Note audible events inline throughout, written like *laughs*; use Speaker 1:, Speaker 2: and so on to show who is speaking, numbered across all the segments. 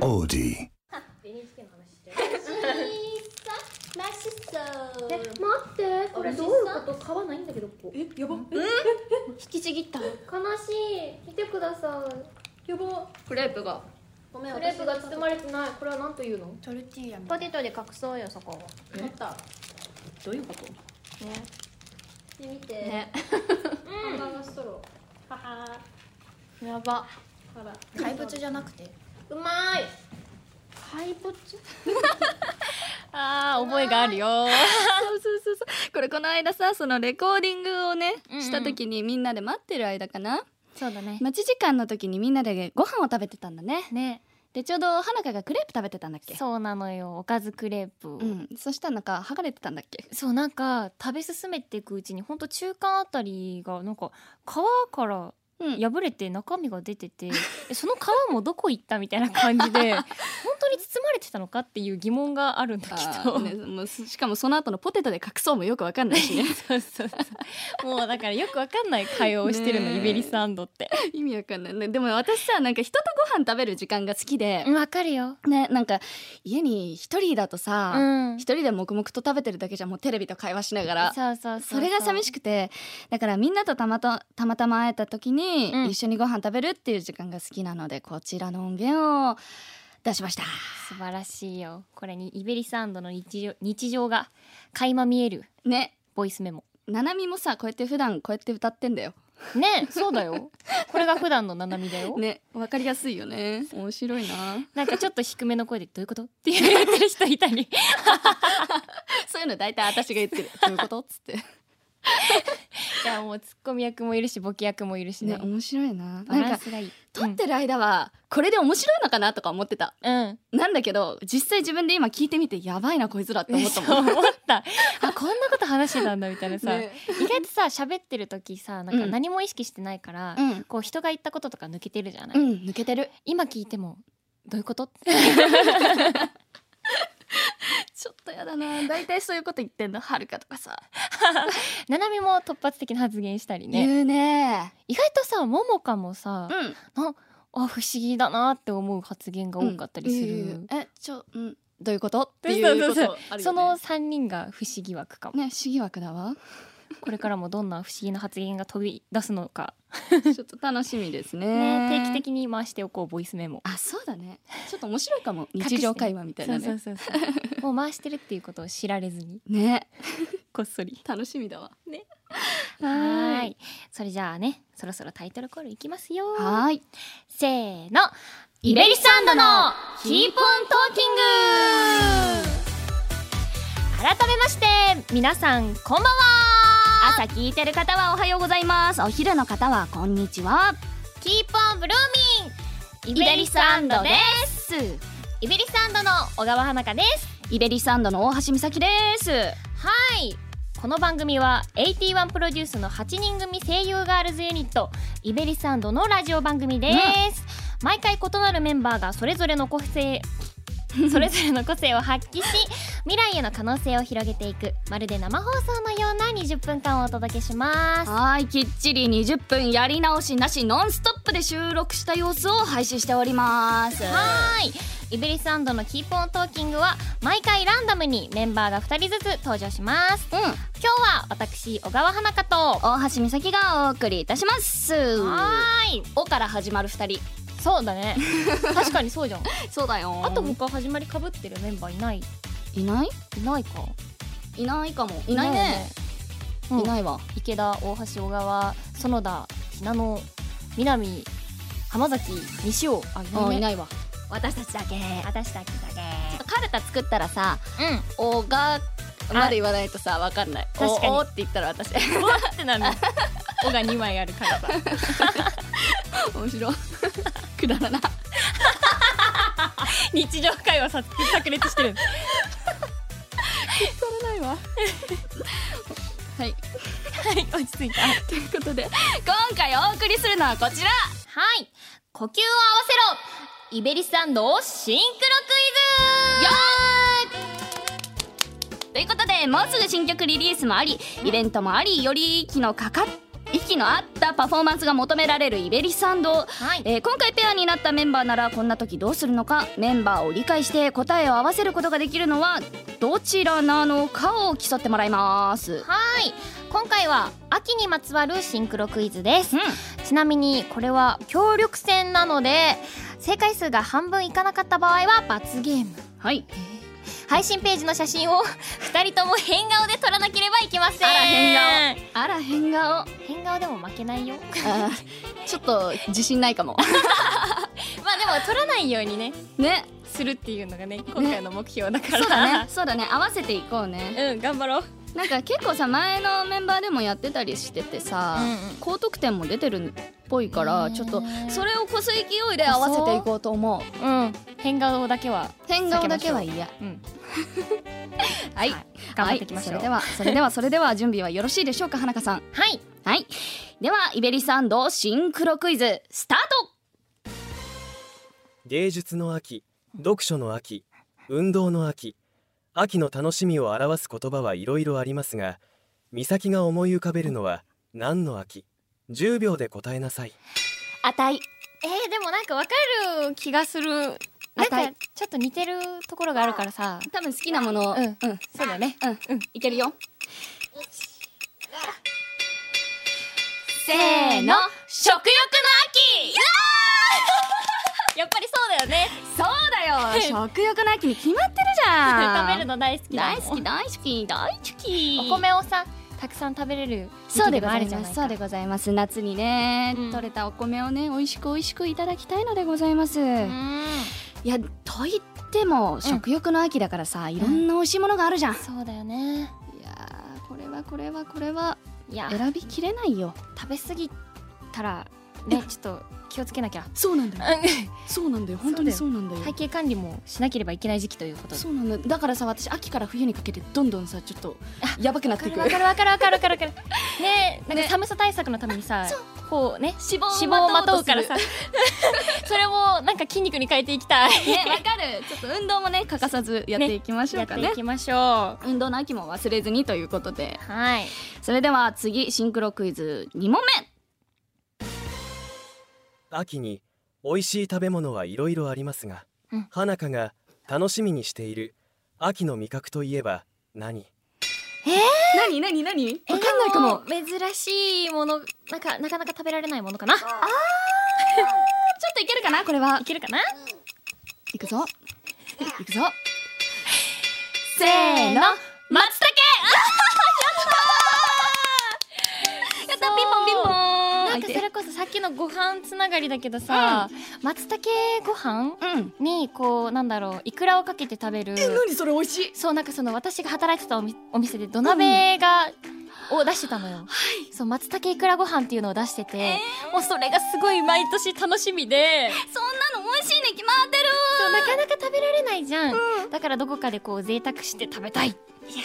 Speaker 1: melody.
Speaker 2: マシそう
Speaker 3: え待ってこれどういうこと買わないんだけどここ
Speaker 4: えやば
Speaker 2: 引きちぎった
Speaker 3: 悲しい見てください
Speaker 4: やば
Speaker 2: クレープが
Speaker 4: ごめん
Speaker 3: クレープが
Speaker 4: 私
Speaker 3: 包まれてないこれは何というの
Speaker 4: トルティーヤも
Speaker 2: ポテトで隠そうよそこを
Speaker 4: 取ったどういうこと
Speaker 2: ね
Speaker 3: 見て、
Speaker 2: ね
Speaker 3: ハンバーガーストロ
Speaker 4: はは
Speaker 2: やば
Speaker 3: ーあら
Speaker 4: 怪物じゃなくて
Speaker 3: うまい
Speaker 2: 怪物あー覚えがあるよそうそうそうこれこの間さそのレコーディングをねした時にみんなで待ってる間かな、
Speaker 5: そうだね
Speaker 2: 待ち時間の時にみんなでご飯を食べてたんだね
Speaker 5: ね
Speaker 2: でちょうど花香がクレープ食べてたんだっけ
Speaker 5: そうなのよおかずクレープ、
Speaker 2: うんそしたらなんか剥がれてたんだっけ
Speaker 5: そうなんか食べ進めていくうちにほんと中間あたりがなんか皮から
Speaker 2: うん
Speaker 5: 破れて中身が出てて、えその皮もどこ行ったみたいな感じ *laughs* で本当に包まれてたのかっていう疑問があるんだけ
Speaker 2: あ
Speaker 5: ど、
Speaker 2: ーね、もうすしかもその後のポテトで隠そうもよくわかんないしね
Speaker 5: *laughs* そうそうそうもうだからよくわかんない会話をしてるの、
Speaker 2: ねえ
Speaker 5: イベリサンドって
Speaker 2: 意味わかんない、ね、でも私さなんか人とご飯食べる時間が好きで、
Speaker 5: *laughs* わかるよ
Speaker 2: ねなんか家に一人だとさ、
Speaker 5: うん
Speaker 2: 一人で黙々と食べてるだけじゃんもうテレビと会話しながら
Speaker 5: そうそう
Speaker 2: それが寂し
Speaker 5: く
Speaker 2: くてだからみんなとたまたたまたま会えた時に、
Speaker 5: うん
Speaker 2: 一緒にご飯食べるっていう時間が好きなのでこちらの音源を出しました
Speaker 5: 素晴らしいよこれにイベリサンドの日常日常が垣間見える
Speaker 2: ね
Speaker 5: ボイスメモ
Speaker 2: ななみもさこうやって普段こうやって歌ってんだよ
Speaker 5: ねそうだよこれが普段のナナミだよ、
Speaker 2: ねわかりやすいよね面白いな
Speaker 5: なんかちょっと低めの声でどういうことって言ってる人いたり
Speaker 2: *laughs* そういうの大体私が言ってる
Speaker 5: *laughs*
Speaker 2: どういうことっつって
Speaker 5: いやもうツッコミ役もいるしボケ役もいるしね
Speaker 2: ね面白いな
Speaker 5: バラ
Speaker 2: な
Speaker 5: ン
Speaker 2: んか
Speaker 5: スがいい
Speaker 2: 撮ってる間はこれで面白いのかなとか思ってた
Speaker 5: うん、うん
Speaker 2: なんだけど実際自分で今聞いてみてやばいなこいつらって思った
Speaker 5: そ
Speaker 2: も
Speaker 5: う
Speaker 2: ん、
Speaker 5: 思ったあこんなこと話してたんだみたいなさ、
Speaker 2: ね
Speaker 5: 意外とさ喋ってる時さなん
Speaker 2: う
Speaker 5: か
Speaker 2: ん
Speaker 5: 何も意識してないから、
Speaker 2: うん
Speaker 5: こう人が言ったこととか抜けてるじゃない、
Speaker 2: うん抜けてる
Speaker 5: 今聞いてもどうい
Speaker 2: *laughs*
Speaker 5: うことって
Speaker 2: ちょっとやだな大体そういうこと言ってんのはるかとかさ、
Speaker 5: ななみも突発的な発言したりね、
Speaker 2: 言うね
Speaker 5: 意外とさももかもさ、
Speaker 2: うん
Speaker 5: あ不思議だなって思う発言が多かったりする、
Speaker 2: うんえちょうんどういうことっていうことあるよ、ね、
Speaker 5: その3人が不思議
Speaker 2: *laughs*
Speaker 5: 枠かも
Speaker 2: ね不思議枠だわ
Speaker 5: これからもどんな不思議な発言が飛び出すのか、
Speaker 2: ちょっと楽しみですね
Speaker 5: ね、定期的に回しておこうボイスメモ
Speaker 2: あそうだねちょっと面白いか *laughs* も
Speaker 5: 隠して
Speaker 2: 日常会話みたいなね
Speaker 5: そうそうそうそうもう回してるっていうことを知られずに
Speaker 2: ね *laughs*
Speaker 5: こっそり
Speaker 2: 楽しみだわねは
Speaker 5: は
Speaker 2: ー
Speaker 5: ー
Speaker 2: い
Speaker 5: いそれじゃあねそろそろタイトルコールいきますよ
Speaker 2: はーい
Speaker 5: せーのイベリサンドのキーポントーキング改めまして皆さんこんばんは
Speaker 2: 朝聞いてる方はおはようございますお昼の方はこんにちは
Speaker 5: キーポンブルーミンイベリサンドですイベリサンドの小川花香です
Speaker 2: イベリサンドの大橋美咲です
Speaker 5: はいこの番組は81プロデュースの8人組声優ガールズユニットイベリサンドのラジオ番組です、毎回異なるメンバーがそれぞれの個 *laughs* 性それぞれの個性を発揮し未来への可能性を広げていくまるで生放送のような20分間をお届けします
Speaker 2: はーいきっちり20分やり直しなしノンストップで収録した様子を配信しております
Speaker 5: はいイベリサンドのキーポントーキングは毎回ランダムにメンバーが2人ずつ登場します
Speaker 2: うん
Speaker 5: 今日は私小川花香と
Speaker 2: 大橋美咲がお送りいたします
Speaker 5: はーい
Speaker 2: おから始まる二人
Speaker 5: そう
Speaker 2: *laughs*
Speaker 5: だね確かにそうじゃん
Speaker 2: そうだよ
Speaker 5: あと他始まりかぶってるメンバーいない
Speaker 2: いない
Speaker 5: いないか
Speaker 2: いないかもいない
Speaker 5: よ
Speaker 2: ね
Speaker 5: うん
Speaker 2: いないわ
Speaker 5: 池田大橋小川園田ひなの南浜崎西尾あい
Speaker 2: あ
Speaker 5: ない
Speaker 2: い
Speaker 5: ね
Speaker 2: ないわ私たちだけ
Speaker 5: 私たちだけ
Speaker 2: カルタ作ったらさ
Speaker 5: うん
Speaker 2: 「お」がまで言わないとさわかんない「
Speaker 5: 確かに
Speaker 2: お」おって言ったら私
Speaker 5: っ
Speaker 2: *laughs*
Speaker 5: てなる尾が2枚あるからさ
Speaker 2: 面白い *laughs* くだらな *laughs*
Speaker 5: 日常会話さ炸
Speaker 2: *laughs*
Speaker 5: 裂してる
Speaker 2: くだらないわ *laughs* はい
Speaker 5: はい落ち着いたは
Speaker 2: ということで今回お送りするのはこちら
Speaker 5: い呼吸を合わせろイベリサンドをシンクロクイズ
Speaker 2: よーいということでもうすぐ新曲リリースもありイベントもありより息のかかっ息の合ったパフォーマンスが求められるイベリサンド、
Speaker 5: はい
Speaker 2: えー今回ペアになったメンバーならこんな時どうするのかメンバーを理解して答えを合わせることができるのはどちらなのかを競ってもらいます。
Speaker 5: はい今回は秋にまつわるシンクロクイズです、
Speaker 2: うん
Speaker 5: ちなみにこれは協力戦なので正解数が半分いかなかった場合は罰ゲーム
Speaker 2: はい、
Speaker 5: 配信ページの写真を *laughs* 2人とも変顔で撮らなければいけません
Speaker 2: あら変あら変顔あ
Speaker 5: 変顔でも負けないよ
Speaker 2: ー *laughs* ちょっと自信ないかも
Speaker 5: *laughs* まあでも撮らないようにね
Speaker 2: ね
Speaker 5: するっていうのがね今回の目標だか
Speaker 2: そうだ
Speaker 5: ら、
Speaker 2: ねそうだね合わせていこうね
Speaker 5: *laughs* うん頑張ろう
Speaker 2: なんか結構さ前のメンバーでもやってたりしててさ、
Speaker 5: うんうん
Speaker 2: 高得点も出てるっぽいから
Speaker 5: ねえ
Speaker 2: ちょっとそれをこす勢いで合わせていこうと思う
Speaker 5: うん変顔だけは
Speaker 2: 変顔だけは嫌
Speaker 5: うん
Speaker 2: はい、
Speaker 5: はい頑張っていきましょう
Speaker 2: はい、それではそれで
Speaker 5: *laughs*
Speaker 2: はそれでは準備はよろしいでしょうか花香さん
Speaker 5: はい
Speaker 2: はいではイベリサンドシンクロクイズスタート
Speaker 1: 芸術の秋読書の秋運動の秋秋の楽しみを表す言葉はいろいろありますが美咲が思い浮かべるのは何の秋10秒で答えなさい
Speaker 2: あたい
Speaker 5: えー、でもなんかわかる気がする
Speaker 2: あ
Speaker 5: なん
Speaker 2: たい
Speaker 5: かちょっと似てるところがあるからさ
Speaker 2: 多分好きなものを
Speaker 5: う
Speaker 2: う
Speaker 5: ん
Speaker 2: ん
Speaker 5: そうだね
Speaker 2: うん、うん、いけるよ
Speaker 5: せ
Speaker 2: ーの
Speaker 5: 食欲の秋やっぱりそうだよね
Speaker 2: そうだよ
Speaker 5: *laughs*
Speaker 2: 食欲の秋に決まってるじゃん
Speaker 5: 食べるの大好きだ
Speaker 2: 大
Speaker 5: もん
Speaker 2: 好き大好き大好き
Speaker 5: お米をさたくさん食べれる
Speaker 2: そうでご
Speaker 5: もあ
Speaker 2: ざ
Speaker 5: る
Speaker 2: い
Speaker 5: じゃ
Speaker 2: ま
Speaker 5: ない
Speaker 2: す。そうでございます。夏にね、
Speaker 5: うん
Speaker 2: 取れたお米をね、美味しく美味しくいただきたいのでございます。
Speaker 5: うん
Speaker 2: いや、と言っても食欲の秋だからさ、いろんな美味しいものがあるじゃん。
Speaker 5: そうだよね
Speaker 2: いやー、これはこれはこれはい
Speaker 5: や
Speaker 2: 選びきれないよ。
Speaker 5: 食べ過ぎたらねちょっと気をつけなきゃ
Speaker 2: そうなんだよ。そうなんだよ。
Speaker 5: 本当に
Speaker 2: うなんだよ
Speaker 5: *laughs* 体型管理もしなければいけない時期ということで
Speaker 2: うなんだよだからさ私秋から冬にかけてどんどんさちょっとやばくな
Speaker 5: わかるわかるわかるわかるわかるわかるねなんか寒さ対策のためにさ、こうね
Speaker 2: 脂肪
Speaker 5: 脂肪を
Speaker 2: を
Speaker 5: ま
Speaker 2: ま
Speaker 5: と
Speaker 2: と
Speaker 5: う
Speaker 2: うか
Speaker 5: か
Speaker 2: らら
Speaker 5: さ
Speaker 2: さ
Speaker 5: *laughs* それをなんか筋肉に変えていきたい
Speaker 2: ねわかるちょっと運動もね欠かさずやっていきましょ
Speaker 5: や
Speaker 2: う
Speaker 5: っ
Speaker 2: か
Speaker 5: てい
Speaker 2: ね
Speaker 5: きましょうは
Speaker 2: 運動の秋も忘れずにということで
Speaker 5: い
Speaker 2: それでは次シンクロクイズ2問
Speaker 1: 秋に美味しい食べ物はいろいろありますが、
Speaker 5: うん
Speaker 1: 花香が楽しみにしている秋の味覚といえば何
Speaker 2: 目なになになにわかんないかも
Speaker 5: えーで珍しいものなんかなかなか食べられないものかない
Speaker 2: ちょっといけるかなこれは
Speaker 5: けるかない
Speaker 2: くぞいくぞ
Speaker 5: せーの松茸
Speaker 2: やったピンポンピンポン
Speaker 5: なんかそれこそさっきのご飯つながりだけどさ、松茸ご飯
Speaker 2: うん
Speaker 5: にこうなんだろういくらをかけて食べる
Speaker 2: 何それ美味しい
Speaker 5: そうなんかその私が働いてたおみお店で土鍋が、を出してたのよ、そう松茸いくらご飯っていうのを出してて、もうそれがすごい毎年楽しみで
Speaker 2: そんなの美味しいに決まってる
Speaker 5: そうなかなか食べられないじゃん、だからどこかでこう贅沢して食べたい
Speaker 2: いや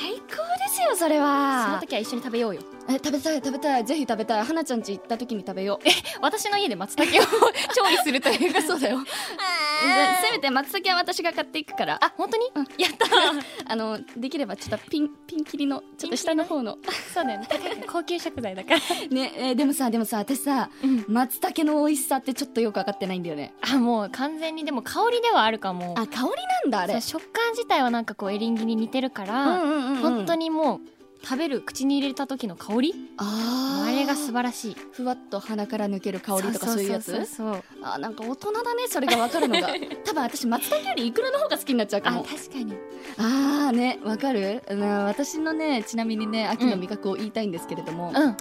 Speaker 2: 最高ですよそれ
Speaker 5: その
Speaker 2: は
Speaker 5: 時は一緒に食べようよ
Speaker 2: え食べたい食べたいぜひ食べたい花ちゃん家行った時に食べよう
Speaker 5: 私の家で松茸を *laughs* 調理するというかそう
Speaker 2: *laughs*
Speaker 5: だよ
Speaker 2: せめて松茸は私が買っていくから
Speaker 5: あ本当に、やった
Speaker 2: *laughs* あのできればちょっとピンピンキリのちょっと下の方の
Speaker 5: そうだよね高い高級食材だから、
Speaker 2: ねえーでもさでもさ私さ
Speaker 5: うん、
Speaker 2: 松茸の美味しさってちょっとよく分かってないんだよね
Speaker 5: *laughs* あもう完全にでも香りではあるかも
Speaker 2: あ香りなんだあ
Speaker 5: そう
Speaker 2: れ
Speaker 5: 食感自体はなんかこうエリンギに似てるから、
Speaker 2: んう
Speaker 5: 本当
Speaker 2: に
Speaker 5: にもう食べる口に入れた時の香り
Speaker 2: あ
Speaker 5: あ
Speaker 2: ー
Speaker 5: れが素晴らしい
Speaker 2: ふわっと鼻から抜ける香りとかそういうやつ
Speaker 5: そうそうそう
Speaker 2: あーなんか大人だねそれが分かる
Speaker 5: *laughs*
Speaker 2: のが多分私松茸よりイクラの方が好きになっちゃうか
Speaker 5: あ
Speaker 2: も
Speaker 5: 確かに
Speaker 2: ああーね分かるうん私のねちなみにね秋の味覚を言いたいんですけれども、
Speaker 5: うん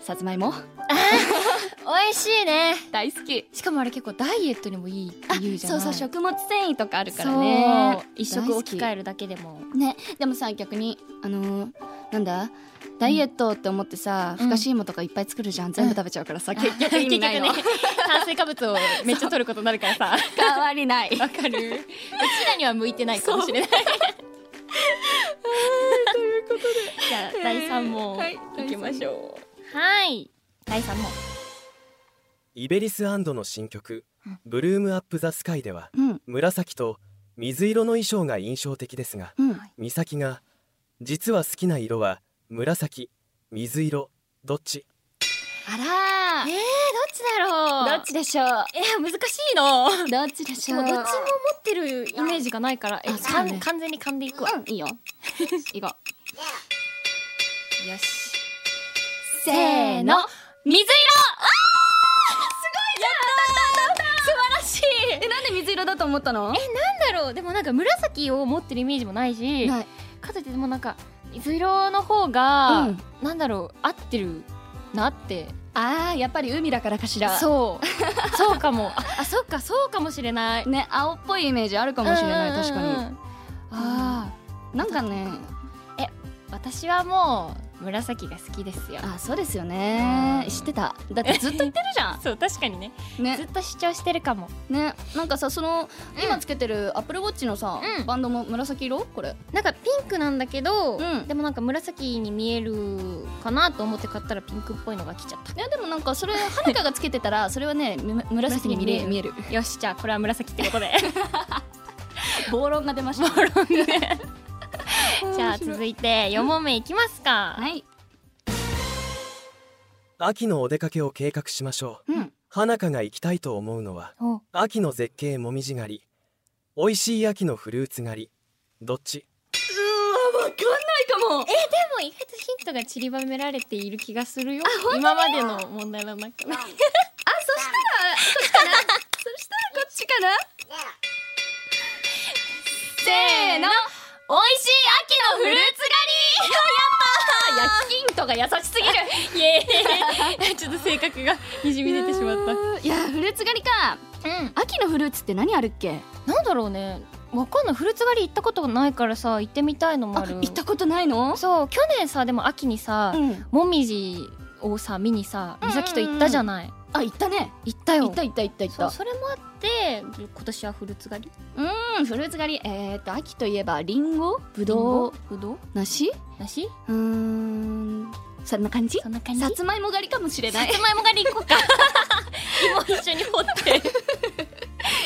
Speaker 2: さつまいも
Speaker 5: 美味しいね
Speaker 2: 大好き
Speaker 5: しかもあれ結構ダイエットにもいいって言うじゃ
Speaker 2: そ
Speaker 5: ないう
Speaker 2: そう食物繊維とかあるから
Speaker 5: そ
Speaker 2: ね
Speaker 5: う一食置き換えるだけでも
Speaker 2: ねでもさ逆にあのーなんだダイエットって思ってさ、
Speaker 5: うん
Speaker 2: ふかし芋とかいっぱい作るじゃん、全部食べちゃうからさ、結
Speaker 5: あ
Speaker 2: 局 *laughs* 意味ないの、
Speaker 5: *laughs* 結局ね炭水化物をめっちゃ取ることになるからさ
Speaker 2: 変わりない
Speaker 5: わかるうちらには向いてないかもしれないということで
Speaker 2: *laughs*
Speaker 5: じゃあ第3問
Speaker 2: はい
Speaker 5: いきましょうはい第3問
Speaker 1: イベリスの新曲「ブルームアップ・ザ・スカイ」では
Speaker 2: うん
Speaker 1: 紫と水色の衣装が印象的ですが
Speaker 2: うん
Speaker 1: 美咲が実は好きな色は紫水色どっち
Speaker 2: あら
Speaker 5: えっちだろう
Speaker 2: どっちでしょう
Speaker 5: えー難しいの
Speaker 2: どっちでし
Speaker 5: で
Speaker 2: ょ
Speaker 5: も
Speaker 2: う
Speaker 5: どっちも持ってるイメージがないからえ
Speaker 2: あそうね
Speaker 5: かん完全に噛んでいくわ
Speaker 2: うん *laughs* いいよいこうよしせ
Speaker 5: せー
Speaker 2: ーの
Speaker 5: の水色あーすごいやった素晴らしい
Speaker 2: えなんで水色だと思ったの
Speaker 5: なんだろうでもなんか紫を持ってるイメージもないし
Speaker 2: ない
Speaker 5: かといってでもなんか水色の方が、
Speaker 2: うん
Speaker 5: なんだろう合ってるなって
Speaker 2: あーやっぱり海だからかしら
Speaker 5: そう *laughs* そうかもああそうかそうかもしれない
Speaker 2: ね青っぽいイメージあるかもしれない確か
Speaker 5: うんうんう
Speaker 2: に
Speaker 5: んあ
Speaker 2: なんかね
Speaker 5: ー私はもう紫が好きですよ
Speaker 2: あそうですよね知ってただってずっと言ってるじゃ
Speaker 5: そう確かにね
Speaker 2: ん
Speaker 5: ずっ
Speaker 2: ね
Speaker 5: と主張してるかも
Speaker 2: ねなんかさその今つけてるアップルウォッチのさ
Speaker 5: うん
Speaker 2: バンドも紫色これ
Speaker 5: なんかピンクなんだけど、
Speaker 2: うん
Speaker 5: でもなんか紫に見えるかなと思って買ったらピンクっぽいのが来ちゃっ
Speaker 2: いやでもなんかそれはるかがつけてた *laughs* らそれはねむ紫に見える見える
Speaker 5: *laughs* たよしじゃあこれは紫ってこと *laughs* で
Speaker 2: 暴論が出ました暴 *laughs* 論
Speaker 5: じゃあ続いて4問目いきますか、
Speaker 2: はい
Speaker 1: 秋のお出かけを計画しましょう
Speaker 2: うん
Speaker 1: 花香が行きたいと思うのは
Speaker 5: お
Speaker 1: 秋の絶景もみじ狩り美味しい秋のフルーツ狩りどっち
Speaker 2: かも
Speaker 5: でも意外とヒントが散りばめられている気がするよ今までの問題の中で
Speaker 2: そしたらこっちかなせーの
Speaker 5: 美味しい秋のフルーツ狩り *laughs*
Speaker 2: ヒントが優
Speaker 5: やったー
Speaker 2: しすぎる
Speaker 5: *laughs* イエーイ *laughs* ちょっと性格がにじみ出てしまった *laughs*
Speaker 2: いやフルーツ狩りか
Speaker 5: うん
Speaker 2: 秋のフルーツって何あるっけ
Speaker 5: なんだろうねわかんないフルーツ狩り行ったことないからさ行ってみたいのも
Speaker 2: あ
Speaker 5: ある
Speaker 2: 行ったことないの
Speaker 5: そう去年さでも秋にさ、
Speaker 2: ん
Speaker 5: もみじをさ見にさ
Speaker 2: うん
Speaker 5: 美
Speaker 2: うんうん
Speaker 5: 咲と行ったじゃない、
Speaker 2: あ行ったね
Speaker 5: 行ったよ
Speaker 2: 行った行った行った行っ
Speaker 5: そう
Speaker 2: た
Speaker 5: それもあって今年はフルーツ狩り
Speaker 2: うんフルーツ狩りえーっと秋といえばリンゴブドウ
Speaker 5: ぶどう
Speaker 2: 梨
Speaker 5: 梨
Speaker 2: うーんそんな感じ
Speaker 5: そんな感じ
Speaker 2: さつまいも狩りかもしれない
Speaker 5: *laughs* さつまいも狩り行こ *laughs* うか芋一緒に掘って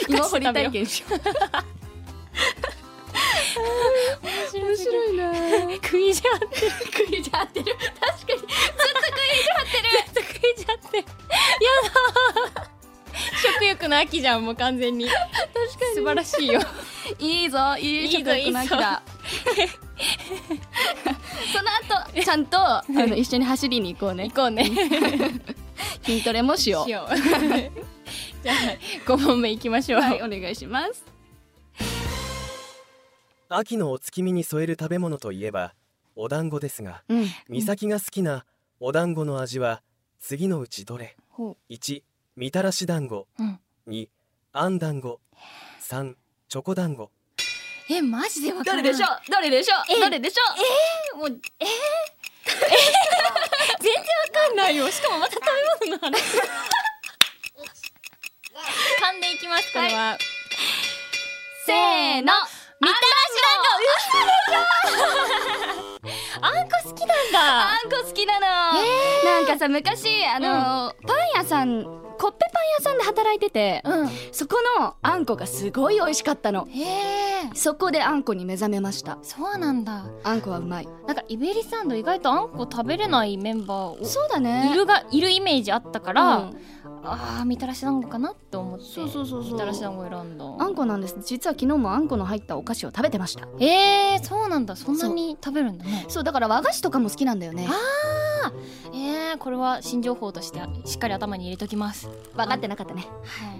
Speaker 2: 芋掘り体験しよう面白いな
Speaker 5: 食いじゃん
Speaker 2: クイズ合ってる確かに
Speaker 5: 食いじゃってやだ食欲の秋じゃんもう完全に確かに素晴らしいよ
Speaker 2: いいぞいい
Speaker 5: いいぞ
Speaker 2: 食欲の秋だ *laughs* その後ちゃんとあの一緒に走りに行こうね
Speaker 5: 行こうね
Speaker 2: 筋トレもしよう
Speaker 5: しよう *laughs* じゃあ5問目いきましょう、
Speaker 2: はいお願いします
Speaker 1: 秋のお月見に添える食べ物といえばお団子ですが
Speaker 2: うん
Speaker 1: 美咲が好きなお団子の味は次のうちどれ
Speaker 5: ほ
Speaker 1: 1みたらし団子
Speaker 5: うん
Speaker 1: 2あん団子3チョコ団子
Speaker 5: えマジでわ
Speaker 2: ど
Speaker 5: から
Speaker 2: れ
Speaker 5: ない
Speaker 2: でしょうどれでしょうどれでしょう
Speaker 5: もうえ
Speaker 2: *laughs*
Speaker 5: ー、全然わかんないよしかもまた食べ物の話噛んでいきますこれは、
Speaker 2: せーの
Speaker 5: みたらし団子うわーあんこ好きなんだ
Speaker 2: あんこ好きなの、なんかさ昔あの、パン屋さんコッペパン屋さんで働いてて、
Speaker 5: うん
Speaker 2: そこのあんこがすごい美味しかったの
Speaker 5: へえ
Speaker 2: そこであんこに目覚めました
Speaker 5: そうなんだ
Speaker 2: あんこはうまい
Speaker 5: なんかイベリサンド意外とあんこ食べれないメンバーを
Speaker 2: そうだね
Speaker 5: いるがいるイメージあったか
Speaker 2: う
Speaker 5: ら、
Speaker 2: ん
Speaker 5: あーみたらし団子かなって思って
Speaker 2: そうそうそうそう
Speaker 5: みたらし団子選んだ
Speaker 2: あんこなんです実は昨日もあんこの入ったお菓子を食べてました
Speaker 5: えー、そうなんだそんなに食べるんだね
Speaker 2: そうだから和菓子とかも好きなんだよね
Speaker 5: あえー、これは新情報としてしっかり頭に入れときますは
Speaker 2: 分かってなかったね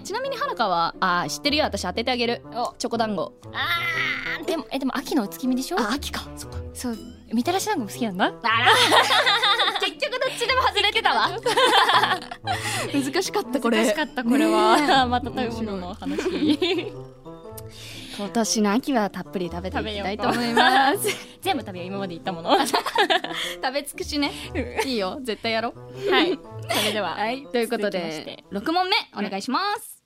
Speaker 5: い
Speaker 2: ちなみにはるかはあー知ってるよ私当ててあげるチョコ団子
Speaker 5: あでもえでも秋のお月見でしょ
Speaker 2: あ秋かそっか
Speaker 5: そうみたらし団子も好きなんだ
Speaker 2: あら *laughs* 結局どっちでも外れてたわ難しかったこれ
Speaker 5: 難しかったこれは、
Speaker 2: ね
Speaker 5: *laughs* また食べ物の話全
Speaker 2: 今年の秋はたっぷり食べていきたいと思います
Speaker 5: *laughs* 部食べよう今まで言ったもの
Speaker 2: *laughs*
Speaker 5: は
Speaker 2: 食べ尽くしね *laughs* いいよ絶対やろう
Speaker 5: いそれでは
Speaker 2: はいということ
Speaker 5: 続きまして
Speaker 2: で6問目お願いします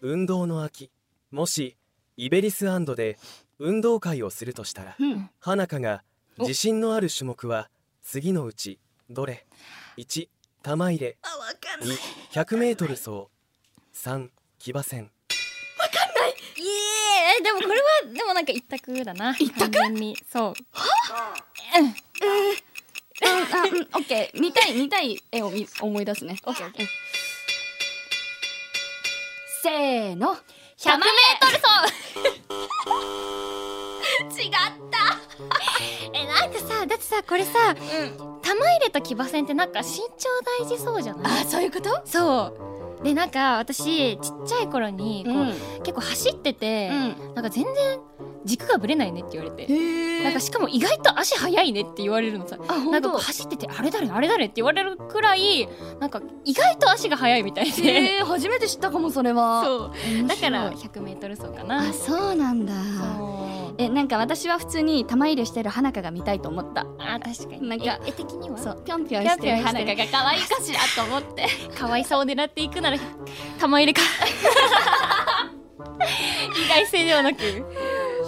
Speaker 1: 運動の秋もしイベリスで運動会をするとしたら
Speaker 2: うん
Speaker 1: 花香が自信のある種目は次のうちどれ1玉入れ2 1 0 0ル走3騎馬
Speaker 5: い
Speaker 1: 戦
Speaker 5: えでもこれはでもなんか一択だな一択完全にそう
Speaker 2: あうんオッケー見たい見たい絵を見思い出すねオッケーオッケーせーの
Speaker 5: 100メートル走 *laughs*
Speaker 2: 違った
Speaker 5: えなんかさだってさこれさ、玉入れと騎馬戦ってなんか身長大事そうじゃない
Speaker 2: あそういうこと
Speaker 5: そうでなんか私ちっちゃい頃にこう、結構走ってて、なんか全然軸がぶれないねって言われて、
Speaker 2: へ
Speaker 5: なんかしかも意外と足速いねって言われるのさ
Speaker 2: あ
Speaker 5: な
Speaker 2: 本
Speaker 5: んかこ
Speaker 2: 当
Speaker 5: う走っててあれ誰あれ誰って言われるくらいなんか意外と足が速いみたいで、
Speaker 2: えー、初めて知ったかもそれは
Speaker 5: そう
Speaker 2: 面白い
Speaker 5: だから 100m 走かな
Speaker 2: あそうなんだ
Speaker 5: そう
Speaker 2: えなんか私は普通に玉入れしてる花香が見たいと思った
Speaker 5: あ確かに
Speaker 2: なんか
Speaker 5: え絵的には
Speaker 2: そうぴょんぴょん
Speaker 5: ぴょ
Speaker 2: し
Speaker 5: んぴ
Speaker 2: て
Speaker 5: ょ
Speaker 2: る
Speaker 5: んして
Speaker 2: 花
Speaker 5: る
Speaker 2: 香が可愛いかしらと思って
Speaker 5: かわいさを狙っていくなら玉入れか意外性ではなく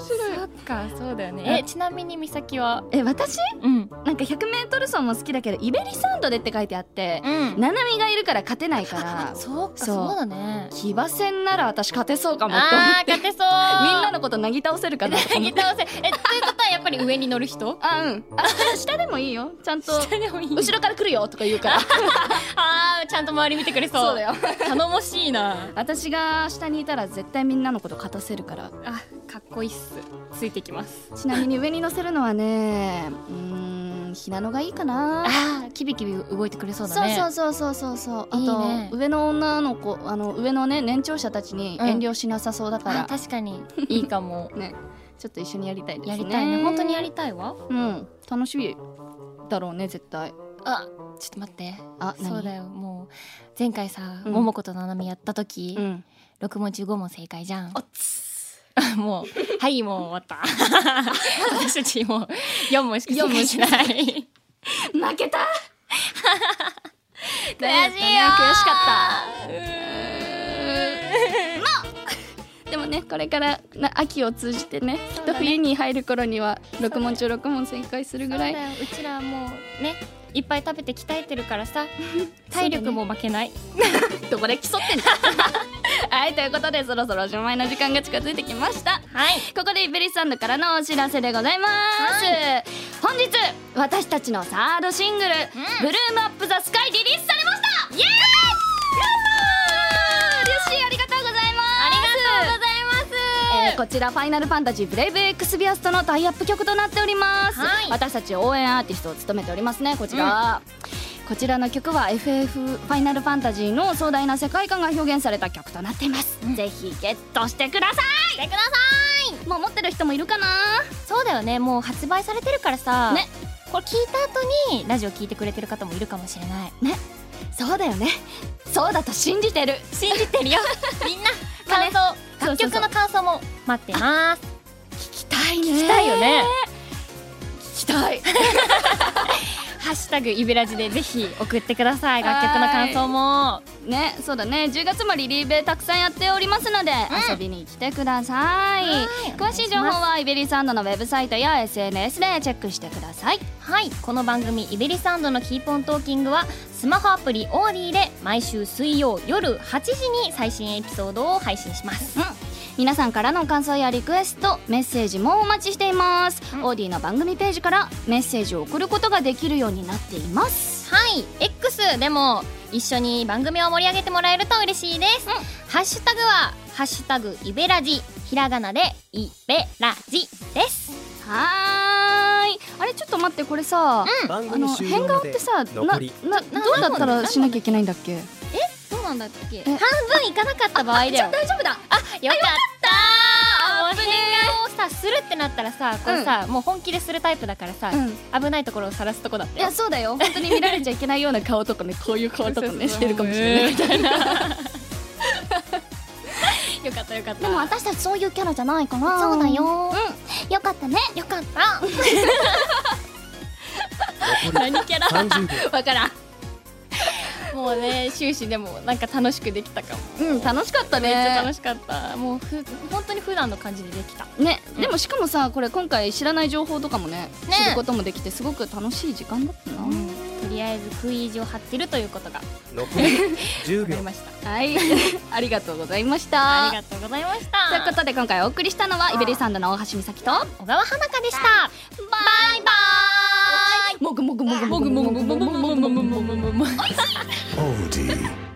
Speaker 5: そっかそうだよねえちなみに美咲は
Speaker 2: え私
Speaker 5: うん
Speaker 2: なんか 100m 走も好きだけどイベリサンドでって書いてあって
Speaker 5: うん
Speaker 2: ナナミがいるから勝てないから
Speaker 5: そう
Speaker 2: *laughs*
Speaker 5: か
Speaker 2: そう
Speaker 5: そうだね
Speaker 2: 騎馬戦なら私勝てそうかもと思
Speaker 5: あ
Speaker 2: っ
Speaker 5: ー
Speaker 2: て
Speaker 5: 勝てそう
Speaker 2: *laughs* みんなのことなぎ倒せるかなと思っ
Speaker 5: ギ
Speaker 2: て
Speaker 5: ターせえということはやっぱり上に乗る人
Speaker 2: あうんあ下でもいいよちゃんと
Speaker 5: でもいい
Speaker 2: 後ろから来るよとか言うから
Speaker 5: あーちゃんと周り見てくれそう
Speaker 2: そうだよ
Speaker 5: 頼もしいな
Speaker 2: 私が下にいたら絶対みんなのこと勝たせるから
Speaker 5: あかっこいいっすついてきます
Speaker 2: ちなみに上に乗せるのはねうーんひなのがいいかな
Speaker 5: あーキビキビ動いてくれそ
Speaker 2: そうそうそうそうそうそうあと
Speaker 5: いいね
Speaker 2: 上の女の子あの上のね年長者たちに
Speaker 5: うん
Speaker 2: 遠慮しなさそうだから、
Speaker 5: あ確かにいいか *laughs* も
Speaker 2: ねちょっと一緒にやりたいですね
Speaker 5: やりたいね本当にやりたいわ
Speaker 2: うん楽しいだろうね絶対
Speaker 5: あちょっと待って
Speaker 2: あ何
Speaker 5: そうだよもう前回さ、
Speaker 2: うん
Speaker 5: 桃子と七海やった時、
Speaker 2: うん
Speaker 5: 6問中5問正解じゃん
Speaker 2: おっつ
Speaker 5: *laughs* もうはいもう終わった *laughs* 私たちもう4問しか正解しない悔しいよ
Speaker 2: 負けた悔
Speaker 5: 悔
Speaker 2: しか
Speaker 5: っ
Speaker 2: でもねこれからな秋を通じてねき
Speaker 5: そ
Speaker 2: っ
Speaker 5: う
Speaker 2: と
Speaker 5: だね
Speaker 2: 冬に入る頃には
Speaker 5: うだ
Speaker 2: 6問中6問正解するぐらい、
Speaker 5: うちらはもうねいっぱい食べて鍛えてるから *laughs* さ体
Speaker 2: 体
Speaker 5: 力
Speaker 2: 力
Speaker 5: も
Speaker 2: も
Speaker 5: 負けない、
Speaker 2: どこで競ってんの *laughs* はいということでそろそろおしまいの時間が近づいてきました
Speaker 5: はい
Speaker 2: ここでイベリスサンドからのお知らせでございます、本日私たちのサードシングル「ブルームアップザスカイリリースされましたイエーイやったー嬉しいありがとうございますありがとうございます、えーこちら「ファイナルファンタジーブレイブエクスビアスト」のタイアップ曲となっております、
Speaker 5: はい
Speaker 2: 私たち応援アーティストを務めておりますねこちらは、こちらの曲は FF ファイナルファンタジーの壮大な世界観が表現された曲となっています、ぜひゲットしてくださいしてくださいもう持ってる人もいるかな
Speaker 5: そうだよねもう発売されてるからさ
Speaker 2: ね
Speaker 5: これ聞いた後にラジオ聞いてくれてる方もいるかもしれない
Speaker 2: そうだよねそうだと信じてる
Speaker 5: 信
Speaker 2: *laughs*
Speaker 5: じてるよ *laughs* みんな感想、
Speaker 2: そうそうそう
Speaker 5: 楽曲の感想も待ってます
Speaker 2: 聞きたいね聞
Speaker 5: 聞きたいよね、
Speaker 2: 聞きたい
Speaker 5: *laughs* ハッシュタグイベラジでぜひ送ってください楽曲の感想も
Speaker 2: ねそうだね10月もリリーベたくさんやっておりますので、遊びに来てください
Speaker 5: はい
Speaker 2: 詳しい情報はイベリサンドのウェブサイトや SNS でチェックしてください
Speaker 5: はいこの番組「イベリサンドのキーポントーキングは」スマホアプリオーディで毎週水曜夜8時に最新エピソードを配信します
Speaker 2: 皆さんからの感想やリクエストメッセージもお待ちしています、オーディの番組ページからメッセージを送ることができるようになっています
Speaker 5: はい X でも一緒に番組を盛り上げてもらえると嬉しいです、ハッシュタグは「ハッシュタグイベラジ」ひらがなで「イベラジ」です
Speaker 2: はーいあれちょっと待ってこれさ、
Speaker 1: 番
Speaker 2: あ
Speaker 1: 組
Speaker 2: の
Speaker 1: 終
Speaker 2: 変
Speaker 1: 了ま
Speaker 2: 顔っ
Speaker 1: で
Speaker 2: てさなな
Speaker 1: 残り
Speaker 2: どうだったらしなきゃいけないんだっけ
Speaker 5: どうなんだっけ
Speaker 2: え
Speaker 5: 半分いかなかった場合だよ
Speaker 2: 丈夫だ
Speaker 5: よかったーもう変顔をさするってなったらさこれさ、もう本気でするタイプだからさ、
Speaker 2: う
Speaker 5: 危ないところを晒すとこだった
Speaker 2: いやそうだよ本当に見られちゃいけないような顔とかねこういう顔とかねしてるかもしれない
Speaker 5: みたいなよかったよかった
Speaker 2: でも私たちそういうキャラじゃないかな
Speaker 5: そうだよ
Speaker 2: うんよかったね
Speaker 5: よか *laughs* った
Speaker 1: 残り
Speaker 5: 何キャラ
Speaker 1: 30秒
Speaker 2: わからん
Speaker 5: もうね終始でもなんか楽しくできたかも
Speaker 2: うん楽しかった
Speaker 5: めっちゃ
Speaker 2: ね
Speaker 5: 楽しかったもうふ本当に普段の感じでできた
Speaker 2: ねでもしかもさこれ今回知らない情報とかもね
Speaker 5: ね
Speaker 2: 知ることもできてすごく楽しい時間だったな
Speaker 5: とりあえず食い意地を張ってるということが
Speaker 1: 残り
Speaker 5: 分
Speaker 1: 10
Speaker 5: か
Speaker 1: 秒
Speaker 5: りました
Speaker 2: はいありがとうございまし
Speaker 5: あ
Speaker 2: た
Speaker 5: りがとうございまし
Speaker 2: というこ
Speaker 5: た
Speaker 2: とで今回お送りしたのはイベリサンドの大橋美咲と
Speaker 5: 小川花香でしたバイバイ
Speaker 2: もぐもぐもぐも
Speaker 5: も
Speaker 2: ぐ
Speaker 5: ぐ
Speaker 2: も
Speaker 5: も
Speaker 2: ぐ
Speaker 5: ぐ
Speaker 2: も
Speaker 5: も
Speaker 2: ぐ
Speaker 5: ぐ
Speaker 2: も
Speaker 5: も
Speaker 2: ぐ
Speaker 5: ぐ
Speaker 2: も
Speaker 5: も
Speaker 2: ぐ
Speaker 5: ぐもぐもぐもぐもぐ
Speaker 6: Odie.